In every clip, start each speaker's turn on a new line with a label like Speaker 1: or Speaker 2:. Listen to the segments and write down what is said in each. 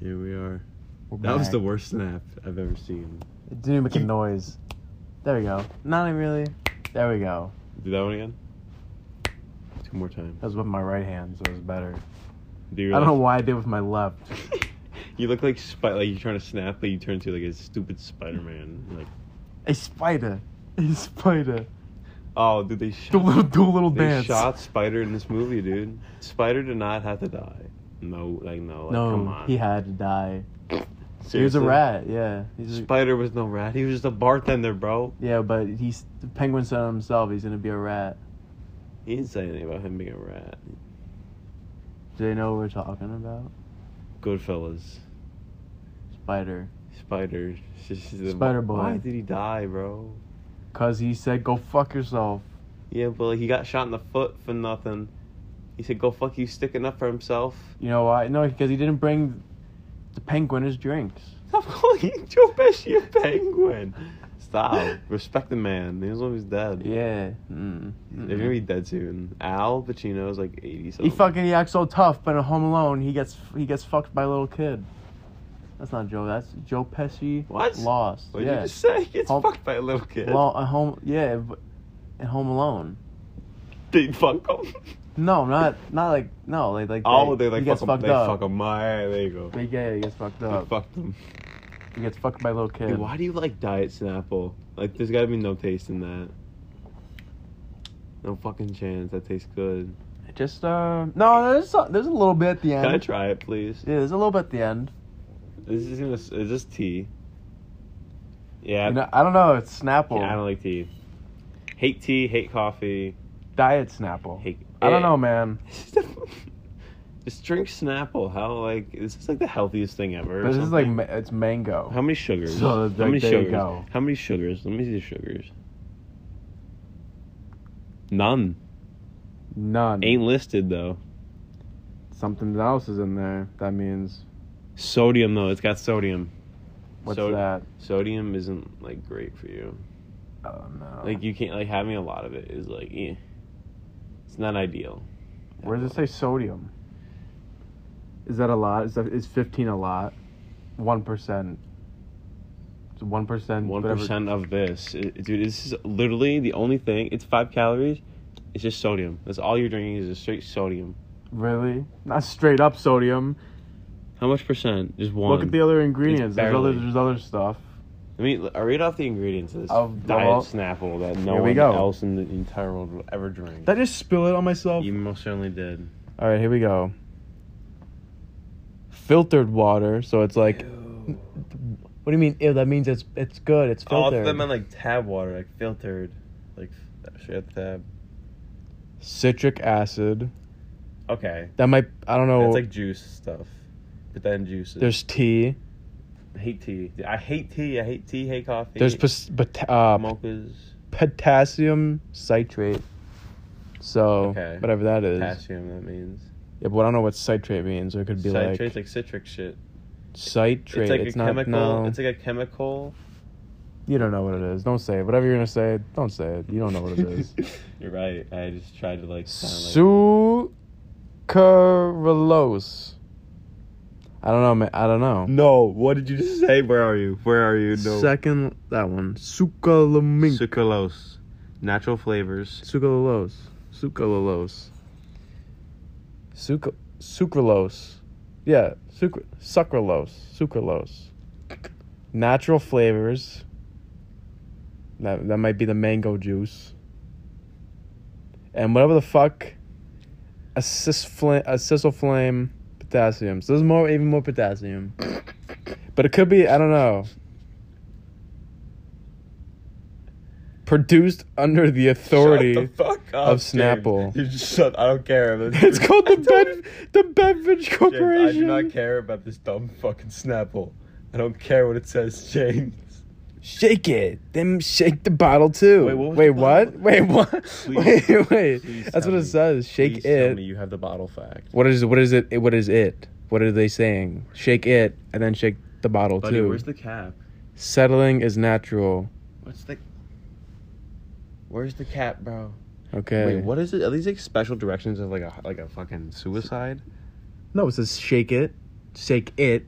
Speaker 1: Here we are.
Speaker 2: We're
Speaker 1: That was
Speaker 2: back.
Speaker 1: the worst snap I've ever seen.
Speaker 2: It didn't make a noise. There we go. Not even really. There we go.
Speaker 1: Do that one again. Two more times.
Speaker 2: That was with my right hand, so it was better.
Speaker 1: Do your
Speaker 2: I don't know
Speaker 1: left.
Speaker 2: why I did with my left.
Speaker 1: You look like spy- like you're trying to snap, but you turn into like a stupid Spider-Man. Like,
Speaker 2: A spider. A spider.
Speaker 1: oh, dude, they shot.
Speaker 2: Do a little, do a little
Speaker 1: they
Speaker 2: dance.
Speaker 1: shot Spider in this movie, dude. Spider did not have to die. No, like no, like
Speaker 2: no,
Speaker 1: come on.
Speaker 2: he had to die.
Speaker 1: Seriously?
Speaker 2: He was a rat. Yeah. He's a,
Speaker 1: Spider was no rat. He was just a bartender, bro.
Speaker 2: yeah, but he's the penguin said himself he's gonna be a rat.
Speaker 1: He didn't say anything about him being a rat.
Speaker 2: Do they know what we're talking about?
Speaker 1: Goodfellas.
Speaker 2: Spider.
Speaker 1: Spider.
Speaker 2: Spider boy.
Speaker 1: Why did he die, bro?
Speaker 2: Cause he said go fuck yourself.
Speaker 1: Yeah, but like, he got shot in the foot for nothing. He said, "Go fuck you," sticking up for himself.
Speaker 2: You know why? No, because he didn't bring the penguin his drinks.
Speaker 1: Stop calling Joe Pesci a penguin. Stop. Respect the man. He was always dead.
Speaker 2: Yeah. Mm.
Speaker 1: They're gonna be dead soon. Al Pacino is like eighty something.
Speaker 2: He fucking he acts so tough, but in Home Alone he gets he gets fucked by a little kid. That's not Joe. That's Joe Pesci.
Speaker 1: What?
Speaker 2: Lost.
Speaker 1: What did
Speaker 2: yeah.
Speaker 1: you just say? He gets
Speaker 2: Home-
Speaker 1: fucked by a little kid.
Speaker 2: Well, a home. Yeah, but in Home Alone.
Speaker 1: they fuck him.
Speaker 2: No, not not like no like like.
Speaker 1: Oh,
Speaker 2: they-
Speaker 1: they like
Speaker 2: he gets
Speaker 1: fuck him.
Speaker 2: fucked
Speaker 1: They
Speaker 2: up.
Speaker 1: fuck him. My, there you go.
Speaker 2: Like, yeah, he gets fucked
Speaker 1: They
Speaker 2: up.
Speaker 1: fucked him.
Speaker 2: He gets fucked by a little kid.
Speaker 1: Dude, why do you like diet Snapple? Like, there's gotta be no taste in that. No fucking chance. That tastes good.
Speaker 2: Just uh, no, there's a, there's a little bit at the end.
Speaker 1: Can I try it, please?
Speaker 2: Yeah, there's a little bit at the end.
Speaker 1: This is gonna. Is this tea? Yeah.
Speaker 2: You know, I don't know. It's Snapple.
Speaker 1: yeah. I don't like tea. Hate tea. Hate coffee.
Speaker 2: Diet Snapple.
Speaker 1: Hate.
Speaker 2: I don't know, man.
Speaker 1: Just drink Snapple. How like this is like the healthiest thing ever. or
Speaker 2: But this is like
Speaker 1: something.
Speaker 2: ma- it's mango.
Speaker 1: How many sugars?
Speaker 2: So,
Speaker 1: How
Speaker 2: like,
Speaker 1: many
Speaker 2: there you
Speaker 1: sugars?
Speaker 2: go.
Speaker 1: How many sugars? Let me see the sugars. None.
Speaker 2: None.
Speaker 1: Ain't listed though.
Speaker 2: Something else is in there. That means
Speaker 1: Sodium though, it's got sodium.
Speaker 2: what's
Speaker 1: So-
Speaker 2: that?
Speaker 1: Sodium isn't like great for you.
Speaker 2: Oh no.
Speaker 1: Like you can't like having a lot of it is like eh. It's not ideal.
Speaker 2: Where does it say sodium? Is that a lot? Is that is fifteen a lot? One percent. One percent.
Speaker 1: One
Speaker 2: whatever-
Speaker 1: percent of this, It- dude. This is literally the only thing. It's five calories. It's just sodium. That's all you're drinking is just straight sodium.
Speaker 2: Really? Not straight up sodium.
Speaker 1: How much percent? Just one.
Speaker 2: Look at the other ingredients. There's other,
Speaker 1: barely-
Speaker 2: there's other stuff.
Speaker 1: I mean, I read off the ingredients of this
Speaker 2: Of-
Speaker 1: diet
Speaker 2: well,
Speaker 1: Snapple that no
Speaker 2: here we
Speaker 1: one
Speaker 2: go.
Speaker 1: else in the entire world will ever drink.
Speaker 2: Did I just spill it on myself?
Speaker 1: you most certainly did.
Speaker 2: All right, here we go. Filtered water, so it's like. What do you mean? Ew, that means it's it's good. It's
Speaker 1: All
Speaker 2: filtered.
Speaker 1: of them in like tab water, like filtered, like straight up the tab.
Speaker 2: Citric acid.
Speaker 1: Okay,
Speaker 2: That might. I don't know.
Speaker 1: that's like juice stuff. But then juices.
Speaker 2: There's tea.
Speaker 1: I hate tea. I hate tea. I hate tea. Hate coffee.
Speaker 2: There's pos- pot- uh,
Speaker 1: mochas.
Speaker 2: potassium citrate. So
Speaker 1: Okay.
Speaker 2: whatever that is.
Speaker 1: Potassium. That means.
Speaker 2: Yeah, but I don't know what citrate means. It could be
Speaker 1: Citrate's
Speaker 2: like
Speaker 1: like citric shit. It's
Speaker 2: citrate. It's,
Speaker 1: like a
Speaker 2: not.
Speaker 1: chemical.
Speaker 2: no,
Speaker 1: It's like a chemical.
Speaker 2: you don't know what it is. Don't say it. Whatever you're gonna say, don't say it. You don't know what it is.
Speaker 1: You're right. I just tried to like sound like.
Speaker 2: Sucralose. I don't know. ma- I don't know.
Speaker 1: no, what did you just say? Where are you? Where are you?
Speaker 2: Second, that one. Sucralose.
Speaker 1: Sucralose, natural flavors.
Speaker 2: Sucralose. Sucralose. Sucra- sucralose. Yeah, sucr- sucralose. Sucralose. Natural flavors. That, that might be the mango juice. And whatever the fuck. Acisfla- Acisoflame potassium. So there's more, even more potassium. But it could be, I don't know. Produced under the authority.
Speaker 1: Shut the fuck up,
Speaker 2: of
Speaker 1: James.
Speaker 2: Snapple.
Speaker 1: You just shut. I don't care.
Speaker 2: It's called the
Speaker 1: I don't-
Speaker 2: Bed the Beverage
Speaker 1: James, I do
Speaker 2: Corporation.
Speaker 1: not care about this dumb fucking Snapple. I don't care what it says, James.
Speaker 2: Shake it, then shake the bottle too.
Speaker 1: Wait, what was
Speaker 2: wait,
Speaker 1: the
Speaker 2: what?
Speaker 1: bottle?
Speaker 2: Wait, what?
Speaker 1: Please.
Speaker 2: wait, wait.
Speaker 1: Please
Speaker 2: That's
Speaker 1: tell
Speaker 2: what
Speaker 1: me.
Speaker 2: it says. Shake
Speaker 1: Please tell
Speaker 2: it.
Speaker 1: me you have the bottle fact.
Speaker 2: What is what is it? What is it? What are they saying? Shake it and then shake the bottle
Speaker 1: Buddy,
Speaker 2: too.
Speaker 1: where's the cap?
Speaker 2: Settling is natural.
Speaker 1: What's the? Where's the cap, bro?
Speaker 2: Okay.
Speaker 1: Wait, what is it? Are these like special directions of like a like a fucking suicide?
Speaker 2: No, it says shake it, shake it,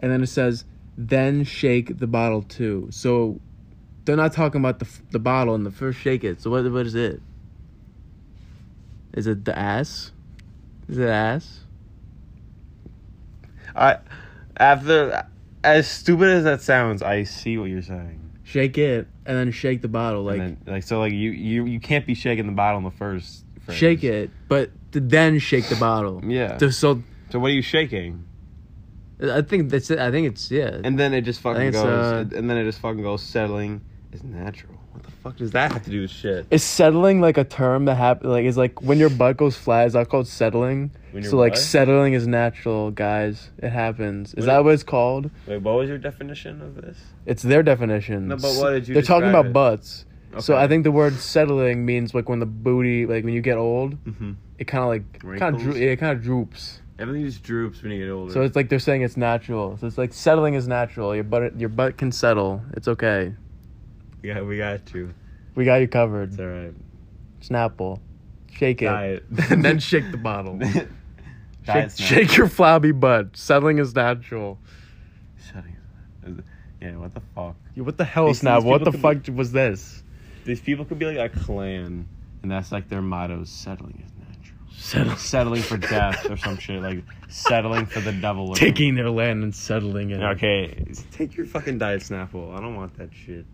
Speaker 2: and then it says then shake the bottle too. So they're not talking about the f- the bottle and the first shake it. So what what is it? Is it the ass? Is it ass?
Speaker 1: I after as stupid as that sounds, I see what you're saying.
Speaker 2: Shake it and then shake the bottle
Speaker 1: Like,
Speaker 2: like
Speaker 1: like so, like you you you can't be shaking the bottle in the first. Phrase.
Speaker 2: shake it, but th- then shake the bottle.
Speaker 1: Yeah.
Speaker 2: Th- So
Speaker 1: So what are you shaking?
Speaker 2: I think that's it. I think it's yeah.
Speaker 1: And then it just fucking
Speaker 2: think
Speaker 1: goes.
Speaker 2: it's, uh,
Speaker 1: and then it just fucking goes. Settling is natural. What the fuck does that have to do with shit?
Speaker 2: Is settling like a term that happen like is like when your butt goes flat? Is that called settling?
Speaker 1: When your
Speaker 2: So like
Speaker 1: what?
Speaker 2: settling is natural, guys. It happens.
Speaker 1: What-
Speaker 2: Is that what it's called?
Speaker 1: Wait, what was your definition of this?
Speaker 2: It's their definition.
Speaker 1: No, but what did you
Speaker 2: They're talking
Speaker 1: describe
Speaker 2: about
Speaker 1: it?
Speaker 2: butts. So
Speaker 1: Okay.
Speaker 2: I think the word settling means like when the booty, like when you get old,
Speaker 1: Mhm.
Speaker 2: it kind of like kind of
Speaker 1: Wrinkles?
Speaker 2: dro- yeah, it kind of droops.
Speaker 1: Everything just droops when you get older.
Speaker 2: So it's like they're saying it's natural. So it's like settling is natural. Your butt, your butt can settle. It's okay.
Speaker 1: yeah, we got you.
Speaker 2: We got you covered.
Speaker 1: It's all right.
Speaker 2: Snapple, shake it,
Speaker 1: Diet.
Speaker 2: and then shake the bottle. Shake,
Speaker 1: Diet snack.
Speaker 2: shake your flabby butt. Settling is natural.
Speaker 1: Shutting. Yeah, what the fuck?
Speaker 2: Yeah, what the hell
Speaker 1: These-
Speaker 2: is now?
Speaker 1: these
Speaker 2: What
Speaker 1: people
Speaker 2: the
Speaker 1: can
Speaker 2: fuck was this?
Speaker 1: These people could be like a clan, and that's like their motto: is settling is natural.
Speaker 2: Settle,
Speaker 1: Settling for death or some shit like settling for the devil. Or
Speaker 2: Taking their land and settling it.
Speaker 1: Okay, take your fucking diet Snapple. I don't want that shit.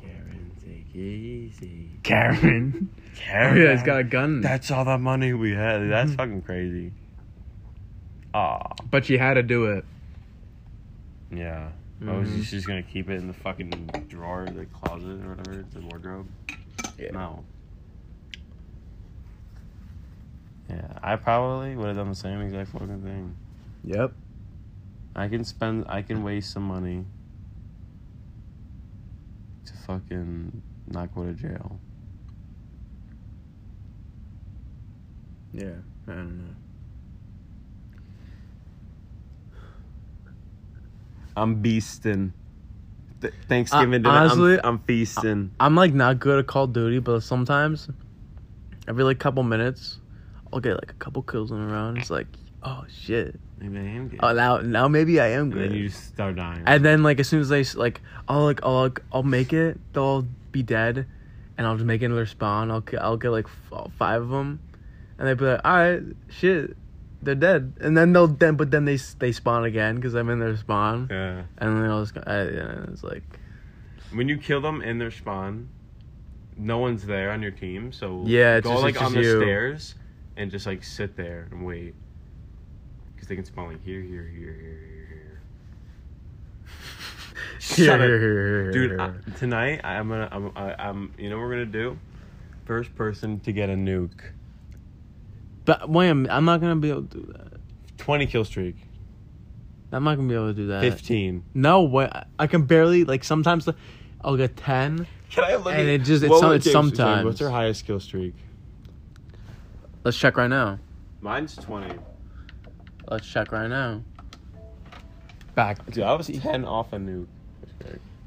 Speaker 1: Karen, take it easy.
Speaker 2: Karen. Oh,
Speaker 1: Karen,
Speaker 2: yeah, he's got a gun.
Speaker 1: That's all that money we had. That's
Speaker 2: Mm-hmm.
Speaker 1: fucking crazy. Aw.
Speaker 2: but she had to do it.
Speaker 1: Yeah. Oh, is
Speaker 2: Mhm.
Speaker 1: she just gonna keep it in the fucking drawer, the closet, or whatever, the wardrobe?
Speaker 2: Yeah.
Speaker 1: No. Yeah, I probably would have done the same exact fucking thing.
Speaker 2: Yep.
Speaker 1: I can spend, I can waste some money to fucking not go to jail.
Speaker 2: Yeah. I don't know.
Speaker 1: I'm beastin'. Th- Thanksgiving dinner,
Speaker 2: honestly,
Speaker 1: I'm, I'm feasting.
Speaker 2: I'm like not good at Call of Duty, but sometimes every like couple minutes, I'll get like a couple kills in a round. It's like, oh shit.
Speaker 1: Maybe I am gay.
Speaker 2: Oh now now maybe I am
Speaker 1: and then
Speaker 2: good.
Speaker 1: you just start dying.
Speaker 2: And then like as soon as they s- like I'll like I'll like, I'll make it, they'll all be dead, and I'll just make another spawn. I'll ki- I'll get like f- five of them, and they be like, all right, shit, they're dead. And then they'll then but then they s- they spawn again because I'm in their spawn,
Speaker 1: yeah.
Speaker 2: and then I'll just go, I, and it's like
Speaker 1: When you kill them in their spawn, no one's there on your team, so
Speaker 2: Yeah, it's
Speaker 1: go
Speaker 2: just-
Speaker 1: like
Speaker 2: it's
Speaker 1: on
Speaker 2: just
Speaker 1: the
Speaker 2: you.
Speaker 1: stairs and just like sit there and wait, because they can spawn like here, here, here, here, here. here. Shut up. dude. I, tonight I'm gonna, I'm, I, I'm, you know what we're gonna do? First person to get a nuke,
Speaker 2: but wait, I'm, I'm not gonna be able to do that.
Speaker 1: twenty kill streak,
Speaker 2: I'm not gonna be able to do that.
Speaker 1: fifteen.
Speaker 2: No way, I- I can barely like sometimes like, I'll get ten.
Speaker 1: Can I look?
Speaker 2: And it just- it's some- it's sometimes.
Speaker 1: What's her highest skill streak?
Speaker 2: Let's check right now.
Speaker 1: Mine's twenty.
Speaker 2: Let's check right now. Back.
Speaker 1: Dude, I was ten off a nuke.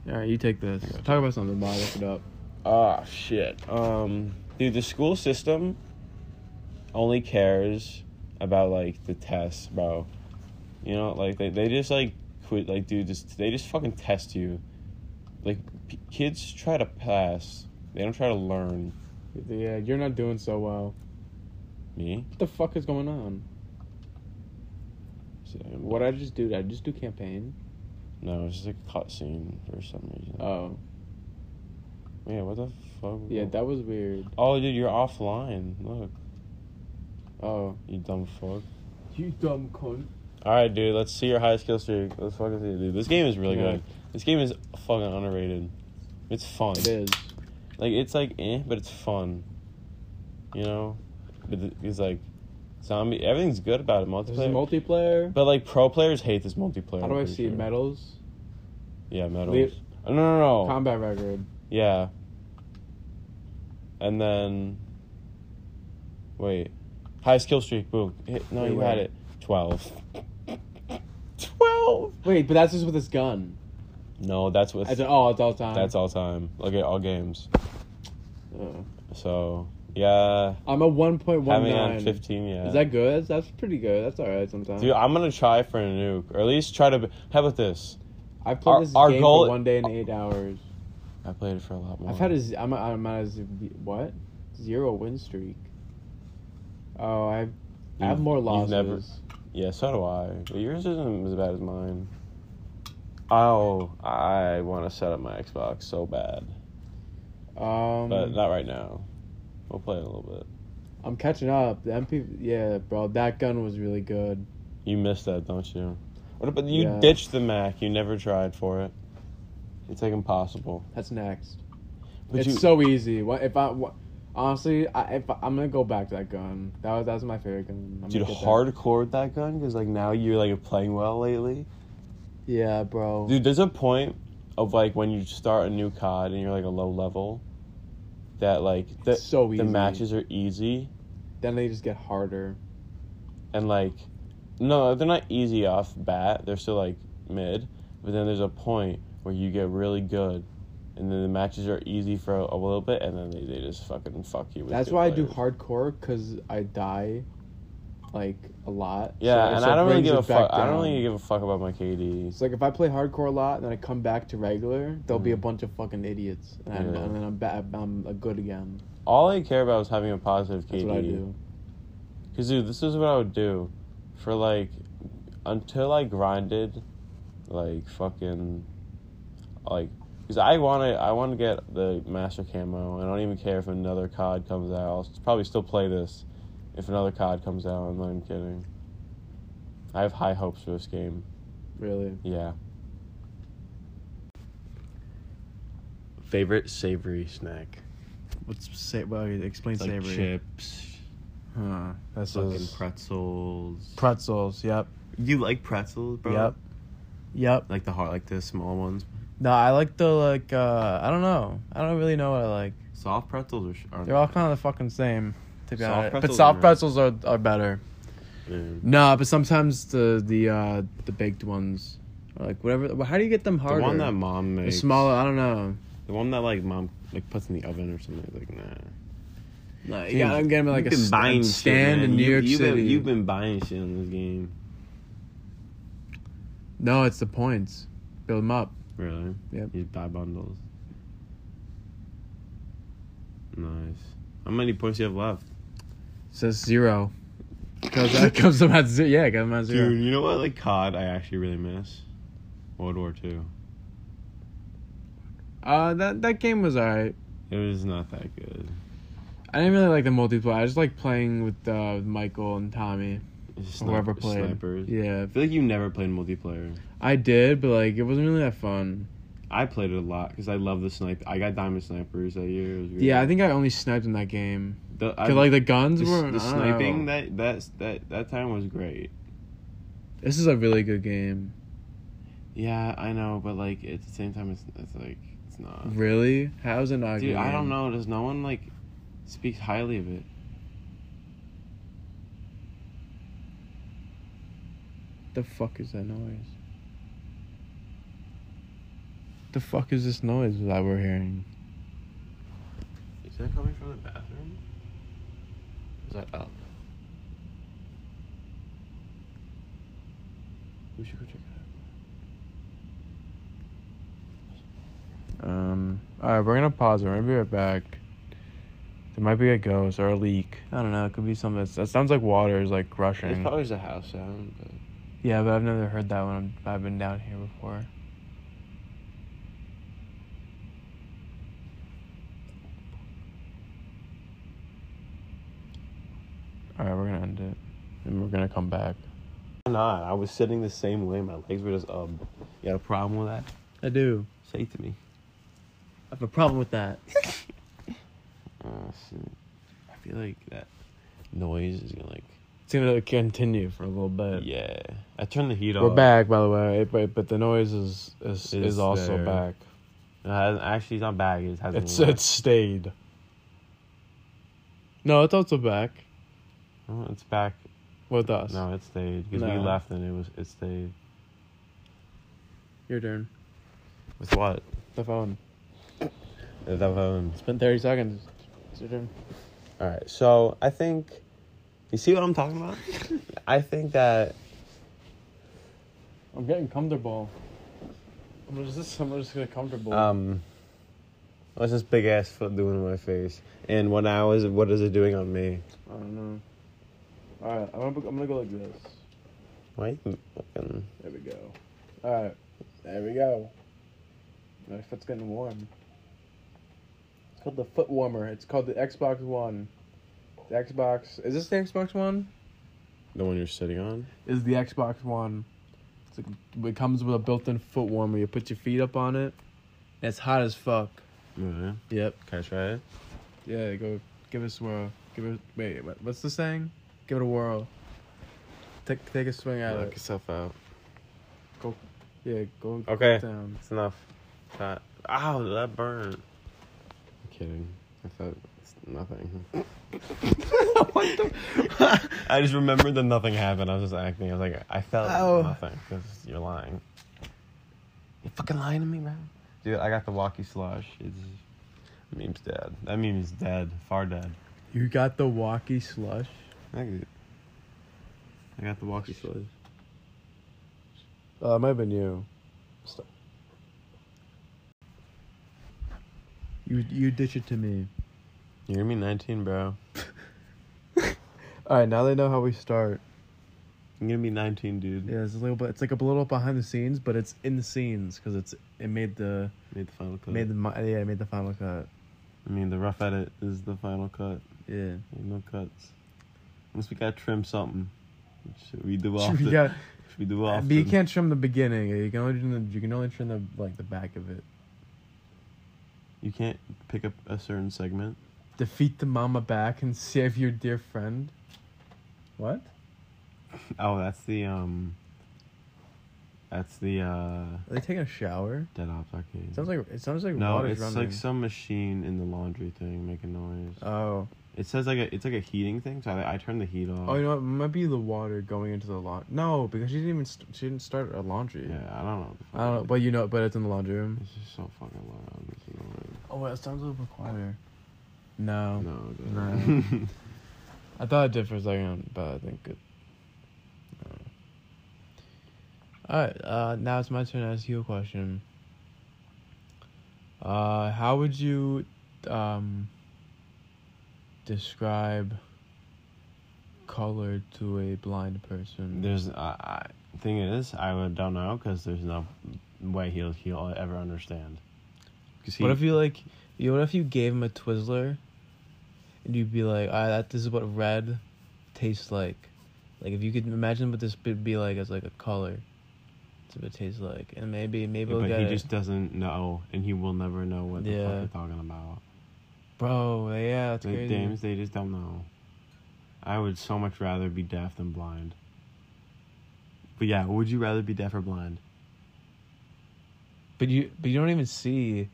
Speaker 2: All right, you take this. Talk about something, Bob. Look it up.
Speaker 1: Ah, shit. Um, dude, the school system only cares about like the tests, bro. You know, like they, they just like quit. Like, dude, just they just fucking test you. Like, p- kids try to pass. They don't try to learn.
Speaker 2: Yeah, you're not doing so well.
Speaker 1: Me?
Speaker 2: What the fuck is going on?
Speaker 1: So,
Speaker 2: What I just do? I just do campaign.
Speaker 1: No, it's just a cutscene for some reason. Uh,
Speaker 2: Oh,
Speaker 1: yeah, what the fuck?
Speaker 2: yeah, that was weird.
Speaker 1: oh, dude, you're offline. Look,
Speaker 2: Oh,
Speaker 1: you dumb fuck.
Speaker 2: you dumb cunt.
Speaker 1: All right, dude. Let's see your high skill streak. Let's fucking see, it, dude. This game is really
Speaker 2: Yeah.
Speaker 1: good. This game is fucking underrated. It's fun.
Speaker 2: Oh, It is.
Speaker 1: Like it's like eh, but it's fun. You know, but th- it's like zombie. Everything's good about it.
Speaker 2: This is
Speaker 1: Multiplayer.
Speaker 2: multiplayer.
Speaker 1: but like pro players hate this multiplayer.
Speaker 2: How
Speaker 1: I'm
Speaker 2: do I
Speaker 1: pretty
Speaker 2: see
Speaker 1: sure.
Speaker 2: medals?
Speaker 1: Yeah, medals.
Speaker 2: Leave-
Speaker 1: Oh, no, no, no.
Speaker 2: Combat record.
Speaker 1: yeah. And then, wait, high skill streak. Boom. Hit, no,
Speaker 2: Wait,
Speaker 1: you
Speaker 2: wait.
Speaker 1: had it. Twelve. Twelve.
Speaker 2: Wait, but that's just with this gun.
Speaker 1: No, that's what.
Speaker 2: That's, oh, it's all time.
Speaker 1: That's all time. Look at all games.
Speaker 2: Oh.
Speaker 1: So Yeah.
Speaker 2: I'm a one point one
Speaker 1: Having on
Speaker 2: nine.
Speaker 1: 15, yeah.
Speaker 2: Is that good? That's, that's pretty good. That's all right. Sometimes
Speaker 1: Dude, I'm gonna try for a nuke, or at least try to. How about this?
Speaker 2: I played
Speaker 1: our-
Speaker 2: this
Speaker 1: our
Speaker 2: game
Speaker 1: goal-
Speaker 2: for one day and eight hours.
Speaker 1: I played it for a lot more.
Speaker 2: I've had a z- I'm I'm at a z- what zero win streak. Oh, I I have
Speaker 1: You've-
Speaker 2: more
Speaker 1: you've
Speaker 2: losses.
Speaker 1: never- Yeah, so do I. But yours isn't as bad as mine. Oh, I want to set up my Xbox so bad,
Speaker 2: Um,
Speaker 1: but not right now. We'll play it a little bit.
Speaker 2: I'm catching up. The MP, yeah, bro, that gun was really good.
Speaker 1: You missed that, don't you? What about you?
Speaker 2: Yeah.
Speaker 1: Ditched the Mac. You never tried for it. It's like impossible.
Speaker 2: That's next.
Speaker 1: But
Speaker 2: it's
Speaker 1: you,
Speaker 2: so easy. What if I? What, honestly, I, if I, I'm gonna go back to that gun. That was that's my favorite gun. I'm
Speaker 1: dude,
Speaker 2: gonna get that.
Speaker 1: hardcore with that gun because like now you're like playing well lately.
Speaker 2: Yeah, bro.
Speaker 1: Dude, there's a point of like when you start a new COD and you're like a low level, that like the
Speaker 2: It's so
Speaker 1: the
Speaker 2: easy.
Speaker 1: matches are easy
Speaker 2: Then they just get harder.
Speaker 1: and like, no, they're not easy off bat. They're still like mid, but then there's a point where you get really good, and then the matches are easy for a, a little bit, and then they, they just fucking fuck you. With
Speaker 2: That's
Speaker 1: good
Speaker 2: why I do
Speaker 1: players.
Speaker 2: hardcore because I die, like a lot.
Speaker 1: Yeah,
Speaker 2: So-
Speaker 1: and
Speaker 2: so it
Speaker 1: I don't really
Speaker 2: brings
Speaker 1: give
Speaker 2: it
Speaker 1: a
Speaker 2: back
Speaker 1: fuck. I don't
Speaker 2: down.
Speaker 1: really give a fuck about my KD.
Speaker 2: It's like if I play hardcore a lot and then I come back to regular, there'll be a
Speaker 1: Mhm.
Speaker 2: bunch of fucking idiots, and, I'm,
Speaker 1: Yeah.
Speaker 2: and then I'm back, I'm uh, good again.
Speaker 1: All I care about is having a positive KD.
Speaker 2: That's what I do.
Speaker 1: Cause dude, this is what I would do, for like, until I grinded, like fucking, like, cause I want to I want to get the master camo. I don't even care if another COD comes out. I'll s- probably still play this, if another COD comes out. I'm not even kidding. I have high hopes for this game.
Speaker 2: Really.
Speaker 1: Yeah. Favorite savory snack?
Speaker 2: What's say? Well, explain
Speaker 1: chips,
Speaker 2: Huh. That's those
Speaker 1: pretzels.
Speaker 2: pretzels. Yep.
Speaker 1: you like pretzels,
Speaker 2: Yep. Yep.
Speaker 1: Like the heart, like the small ones.
Speaker 2: No, I like the like. uh I don't know. I don't really know what I like.
Speaker 1: Soft pretzels are. sh- are
Speaker 2: They're all kind of the fucking same. To be
Speaker 1: Soft
Speaker 2: honest, but
Speaker 1: pretzels
Speaker 2: soft
Speaker 1: are-
Speaker 2: pretzels are are better.
Speaker 1: Mm.
Speaker 2: No, but sometimes the the uh the baked ones, are like whatever. well, How do you get them harder?
Speaker 1: The one that mom
Speaker 2: the
Speaker 1: makes.
Speaker 2: smaller. I don't know.
Speaker 1: The one that like mom like puts in the oven or something like that.
Speaker 2: No, you
Speaker 1: Dude,
Speaker 2: gotta get them like
Speaker 1: You've
Speaker 2: a
Speaker 1: been
Speaker 2: st-
Speaker 1: buying shit,
Speaker 2: stand
Speaker 1: man.
Speaker 2: in New
Speaker 1: You-
Speaker 2: York
Speaker 1: you've
Speaker 2: City.
Speaker 1: Been, you've been buying shit in this game,
Speaker 2: No, it's the points. Build them up.
Speaker 1: really.
Speaker 2: Yep.
Speaker 1: You buy bundles. Nice. How many points you have left?
Speaker 2: It says zero. Because that comes them at zero. Yeah, comes them at zero.
Speaker 1: Dude, you know what? Like COD, I actually really miss World War Two.
Speaker 2: Uh, that that game was alright.
Speaker 1: It was not that good.
Speaker 2: I didn't really like the multiplayer. I just like playing with uh, with Michael and Tommy.
Speaker 1: It's
Speaker 2: Whoever
Speaker 1: snipe-
Speaker 2: played.
Speaker 1: snipers.
Speaker 2: Yeah,
Speaker 1: I feel like you never played multiplayer.
Speaker 2: I did, but like it wasn't really that fun.
Speaker 1: I played it a lot because I love the snipe. I got diamond snipers that year. It was great.
Speaker 2: Yeah, I think I only sniped in that game.
Speaker 1: the, I-
Speaker 2: 'Cause, like the guns
Speaker 1: the,
Speaker 2: were
Speaker 1: the sniping
Speaker 2: That-
Speaker 1: that that that that time was great.
Speaker 2: this is a really good game.
Speaker 1: Yeah, I know, but like at the same time, it's it's like it's not.
Speaker 2: Really? How is it not? a
Speaker 1: Dude,
Speaker 2: good
Speaker 1: I
Speaker 2: game?
Speaker 1: don't know. Does no one like speaks highly of it?
Speaker 2: The fuck is that noise? The fuck is this noise that we're hearing?
Speaker 1: Is that coming from the bathroom? Is that up? We should go check it out.
Speaker 2: Um. All right, we're gonna pause. We're gonna be right back. There might be a ghost or a leak. I don't know. It could be something. That's, that sounds like water is like
Speaker 1: It's
Speaker 2: rushing.
Speaker 1: probably just a house sound. But...
Speaker 2: yeah, but I've never heard that one. I've been down here before. All right, we're gonna end it, and we're gonna come back.
Speaker 1: Why not? I was sitting the same way. My legs were just up. You got a problem with that?
Speaker 2: I do.
Speaker 1: Say it to me.
Speaker 2: I have a problem with that.
Speaker 1: Oh shit. I feel like that noise is gonna like.
Speaker 2: It's gonna continue for a little bit.
Speaker 1: yeah. I turned the heat off.
Speaker 2: We're back, by the way, but but the noise is is, is,
Speaker 1: It is
Speaker 2: also
Speaker 1: there.
Speaker 2: back.
Speaker 1: No, Uh, it hasn't- actually, it's not back. It just hasn't.
Speaker 2: It's
Speaker 1: left.
Speaker 2: it's stayed. No, it's also back
Speaker 1: Oh, it's back.
Speaker 2: with us.
Speaker 1: No, it stayed because we
Speaker 2: No.
Speaker 1: left and it was it stayed.
Speaker 2: Your turn.
Speaker 1: With what?
Speaker 2: The phone.
Speaker 1: The phone.
Speaker 2: It's been thirty seconds. It's your turn.
Speaker 1: All right. So I think you see what I'm talking about. I think that
Speaker 2: I'm getting comfortable. What is this? I'm just getting comfortable.
Speaker 1: um, what's this big ass foot doing to my face? And what now is what is it doing on me?
Speaker 2: I don't know. All right, I'm gonna, I'm gonna go like this.
Speaker 1: Why? you Fucking...
Speaker 2: There we go. All right, there we go. My foot's getting warm. It's called the foot warmer. It's called the Xbox One. The Xbox is this the Xbox One?
Speaker 1: The one you're sitting on.
Speaker 2: Is the Xbox One? It's like, it comes with a built-in foot warmer. You put your feet up on it. And it's hot as fuck.
Speaker 1: Yeah.
Speaker 2: Yep.
Speaker 1: Can I try it?
Speaker 2: Yeah. Go give it a swirl. Give it. Wait. what- What's the saying? Give it a whirl. Take take a swing at
Speaker 1: Knock
Speaker 2: it.
Speaker 1: yourself out.
Speaker 2: Yeah. Go.
Speaker 1: Okay.
Speaker 2: Down.
Speaker 1: It's enough. That. Ow! That burned. I'm kidding. I thought it's nothing.
Speaker 2: what the?
Speaker 1: I just remembered that nothing happened. I was just acting. I was like, I felt
Speaker 2: Ow.
Speaker 1: nothing. 'cause you're lying. You fucking lying to me, bro. Dude, I got the walkie slosh. It's meme's dead. That meme is dead. Far dead.
Speaker 2: You got the walkie slush.
Speaker 1: I got the walkie slosh.
Speaker 2: Uh, it might have been you. You you ditch it to me.
Speaker 1: You're me 19, bro.
Speaker 2: All right, now they know how we start.
Speaker 1: You're gonna be 19, dude.
Speaker 2: Yeah, it's a little bit. It's like a little behind the scenes, but it's in the scenes because it's it made the
Speaker 1: Made the final cut.
Speaker 2: made the mi- yeah it made the final cut.
Speaker 1: I mean, the rough edit is the final cut.
Speaker 2: Yeah.
Speaker 1: Ain't no cuts. Unless we gotta trim something. Which we do often.
Speaker 2: You, got,
Speaker 1: Which we do often.
Speaker 2: but you can't trim the beginning. You can only trim the, you can only trim the like the back of it.
Speaker 1: You can't pick up a certain segment.
Speaker 2: Defeat the mama back and save your dear friend. What?
Speaker 1: Oh, that's the um. That's the uh
Speaker 2: Are they taking a shower?
Speaker 1: Dead Ops arcade.
Speaker 2: Sounds like it sounds like
Speaker 1: no,
Speaker 2: water's
Speaker 1: it's
Speaker 2: running.
Speaker 1: like some machine in the laundry thing making noise.
Speaker 2: oh,
Speaker 1: it says like a it's like a heating thing, so I, I turned the heat off.
Speaker 2: oh, you know what? It might be the water going into the laundry. No, because she didn't even st- she didn't start her laundry.
Speaker 1: yeah, I don't know.
Speaker 2: I don't know, but you know, but it's in the laundry room.
Speaker 1: It's just so fucking loud. It's annoying.
Speaker 2: Oh, wait, it sounds a little bit quieter. No,
Speaker 1: No, it
Speaker 2: No.
Speaker 1: doesn't.
Speaker 2: I thought it did for a second, but I think it. uh. All right, uh, now it's my turn to ask you a question. Uh, how would you um, describe color to a blind person?
Speaker 1: there's uh, I, thing is I would don't know because there's no way he'll he'll ever understand. 'Cause he-
Speaker 2: What if you like? You what if you gave him a Twizzler, and you'd be like, "I that this is what red tastes like." Like if you could imagine what this would be like as like a color, that's what it tastes like, and maybe maybe we'll
Speaker 1: but
Speaker 2: get
Speaker 1: he
Speaker 2: it.
Speaker 1: just doesn't know, and he will never know what the fuck
Speaker 2: Yeah.
Speaker 1: they're talking about.
Speaker 2: Bro, yeah, that's
Speaker 1: Like
Speaker 2: crazy.
Speaker 1: dames, they just don't know. I would so much rather be deaf than blind. But yeah, would you rather be deaf or blind?
Speaker 2: But you but you don't even see.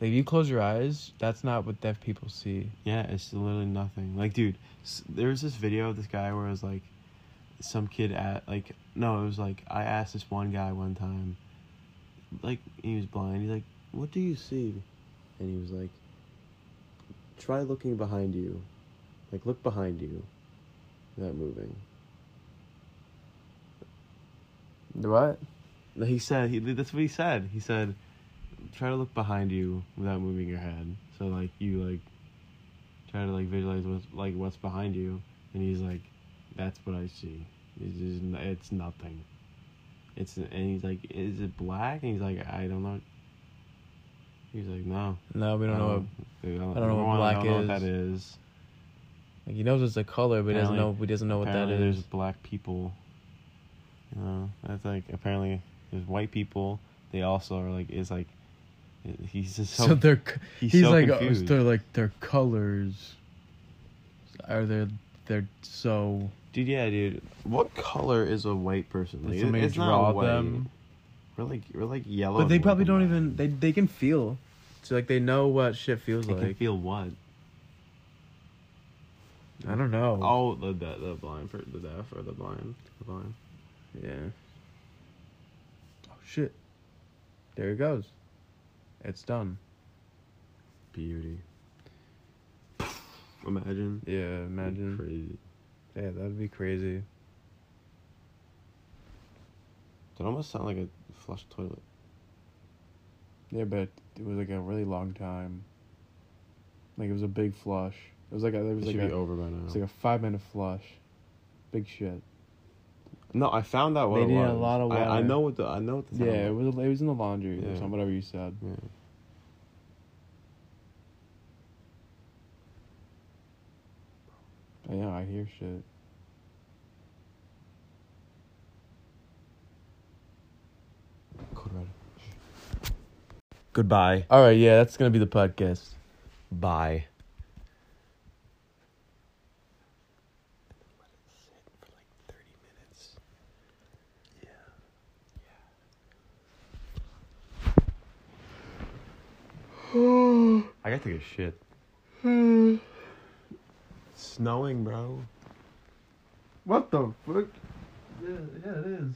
Speaker 2: Like if you close your eyes, that's not what deaf people see.
Speaker 1: Yeah, it's literally nothing. Like, dude, s- there was this video of this guy where it was like, some kid at like no, it was like I asked this one guy one time, like he was blind. He's like, "What do you see?" And he was like, "Try looking behind you, like look behind you, without moving."
Speaker 2: What?
Speaker 1: No, He said he. That's what he said. He said, "Try to look behind you without moving your head." So like you like, try to like visualize what's like what's behind you, and he's like, "That's what I see. It's just n- it's nothing." It's and he's like, "Is it black?" And he's like, "I don't know." He's like, "No,
Speaker 2: No, we don't know. What,
Speaker 1: Um, dude, I don't,
Speaker 2: I don't know
Speaker 1: number
Speaker 2: what
Speaker 1: one, I
Speaker 2: black
Speaker 1: don't know
Speaker 2: is.
Speaker 1: What that is.
Speaker 2: like he knows it's a color, but he doesn't know.
Speaker 1: Apparently-
Speaker 2: He doesn't know what that
Speaker 1: apparently
Speaker 2: is.
Speaker 1: there's black people. You know, that's like apparently there's white people. They also are like is like he's just so,
Speaker 2: So, they're c-
Speaker 1: he's,
Speaker 2: he's
Speaker 1: so
Speaker 2: like oh,
Speaker 1: confused.
Speaker 2: they're like their colors are they they're so
Speaker 1: dude, yeah, dude. What color is a white person?
Speaker 2: Did
Speaker 1: Like,
Speaker 2: somebody
Speaker 1: it's
Speaker 2: draw
Speaker 1: not white.
Speaker 2: them?
Speaker 1: We're like we're like yellow.
Speaker 2: but they
Speaker 1: and
Speaker 2: probably
Speaker 1: white
Speaker 2: don't
Speaker 1: combined.
Speaker 2: even they they can feel so like they know what shit feels
Speaker 1: They can
Speaker 2: like
Speaker 1: feel what?
Speaker 2: i don't know
Speaker 1: Oh, the the, the blind for the deaf or the blind, the blind.
Speaker 2: yeah oh shit there it goes it's done
Speaker 1: Beauty. Imagine.
Speaker 2: Yeah, imagine.
Speaker 1: Crazy.
Speaker 2: Yeah, that'd be crazy.
Speaker 1: That almost sound like a flush toilet.
Speaker 2: Yeah, but it was like a really long time. Like it was a big flush. It was like a, there
Speaker 1: It
Speaker 2: was
Speaker 1: should
Speaker 2: like
Speaker 1: be
Speaker 2: a,
Speaker 1: over by now.
Speaker 2: it's like a five minute flush. Big shit.
Speaker 1: no, I found out what
Speaker 2: They
Speaker 1: it
Speaker 2: need
Speaker 1: was.
Speaker 2: a lot of
Speaker 1: I, I
Speaker 2: water.
Speaker 1: know what the I know what the sound
Speaker 2: Yeah, it
Speaker 1: was.
Speaker 2: was it was in the laundry or
Speaker 1: Yeah.
Speaker 2: something. Whatever you said.
Speaker 1: Yeah.
Speaker 2: I know Oh, I hear shit.
Speaker 1: Colorado. Goodbye.
Speaker 2: All right, yeah, that's gonna be the podcast.
Speaker 1: Bye. I gotta take a shit.
Speaker 2: Hmm.
Speaker 1: snowing, bro.
Speaker 2: What the fuck? Yeah, yeah, it is.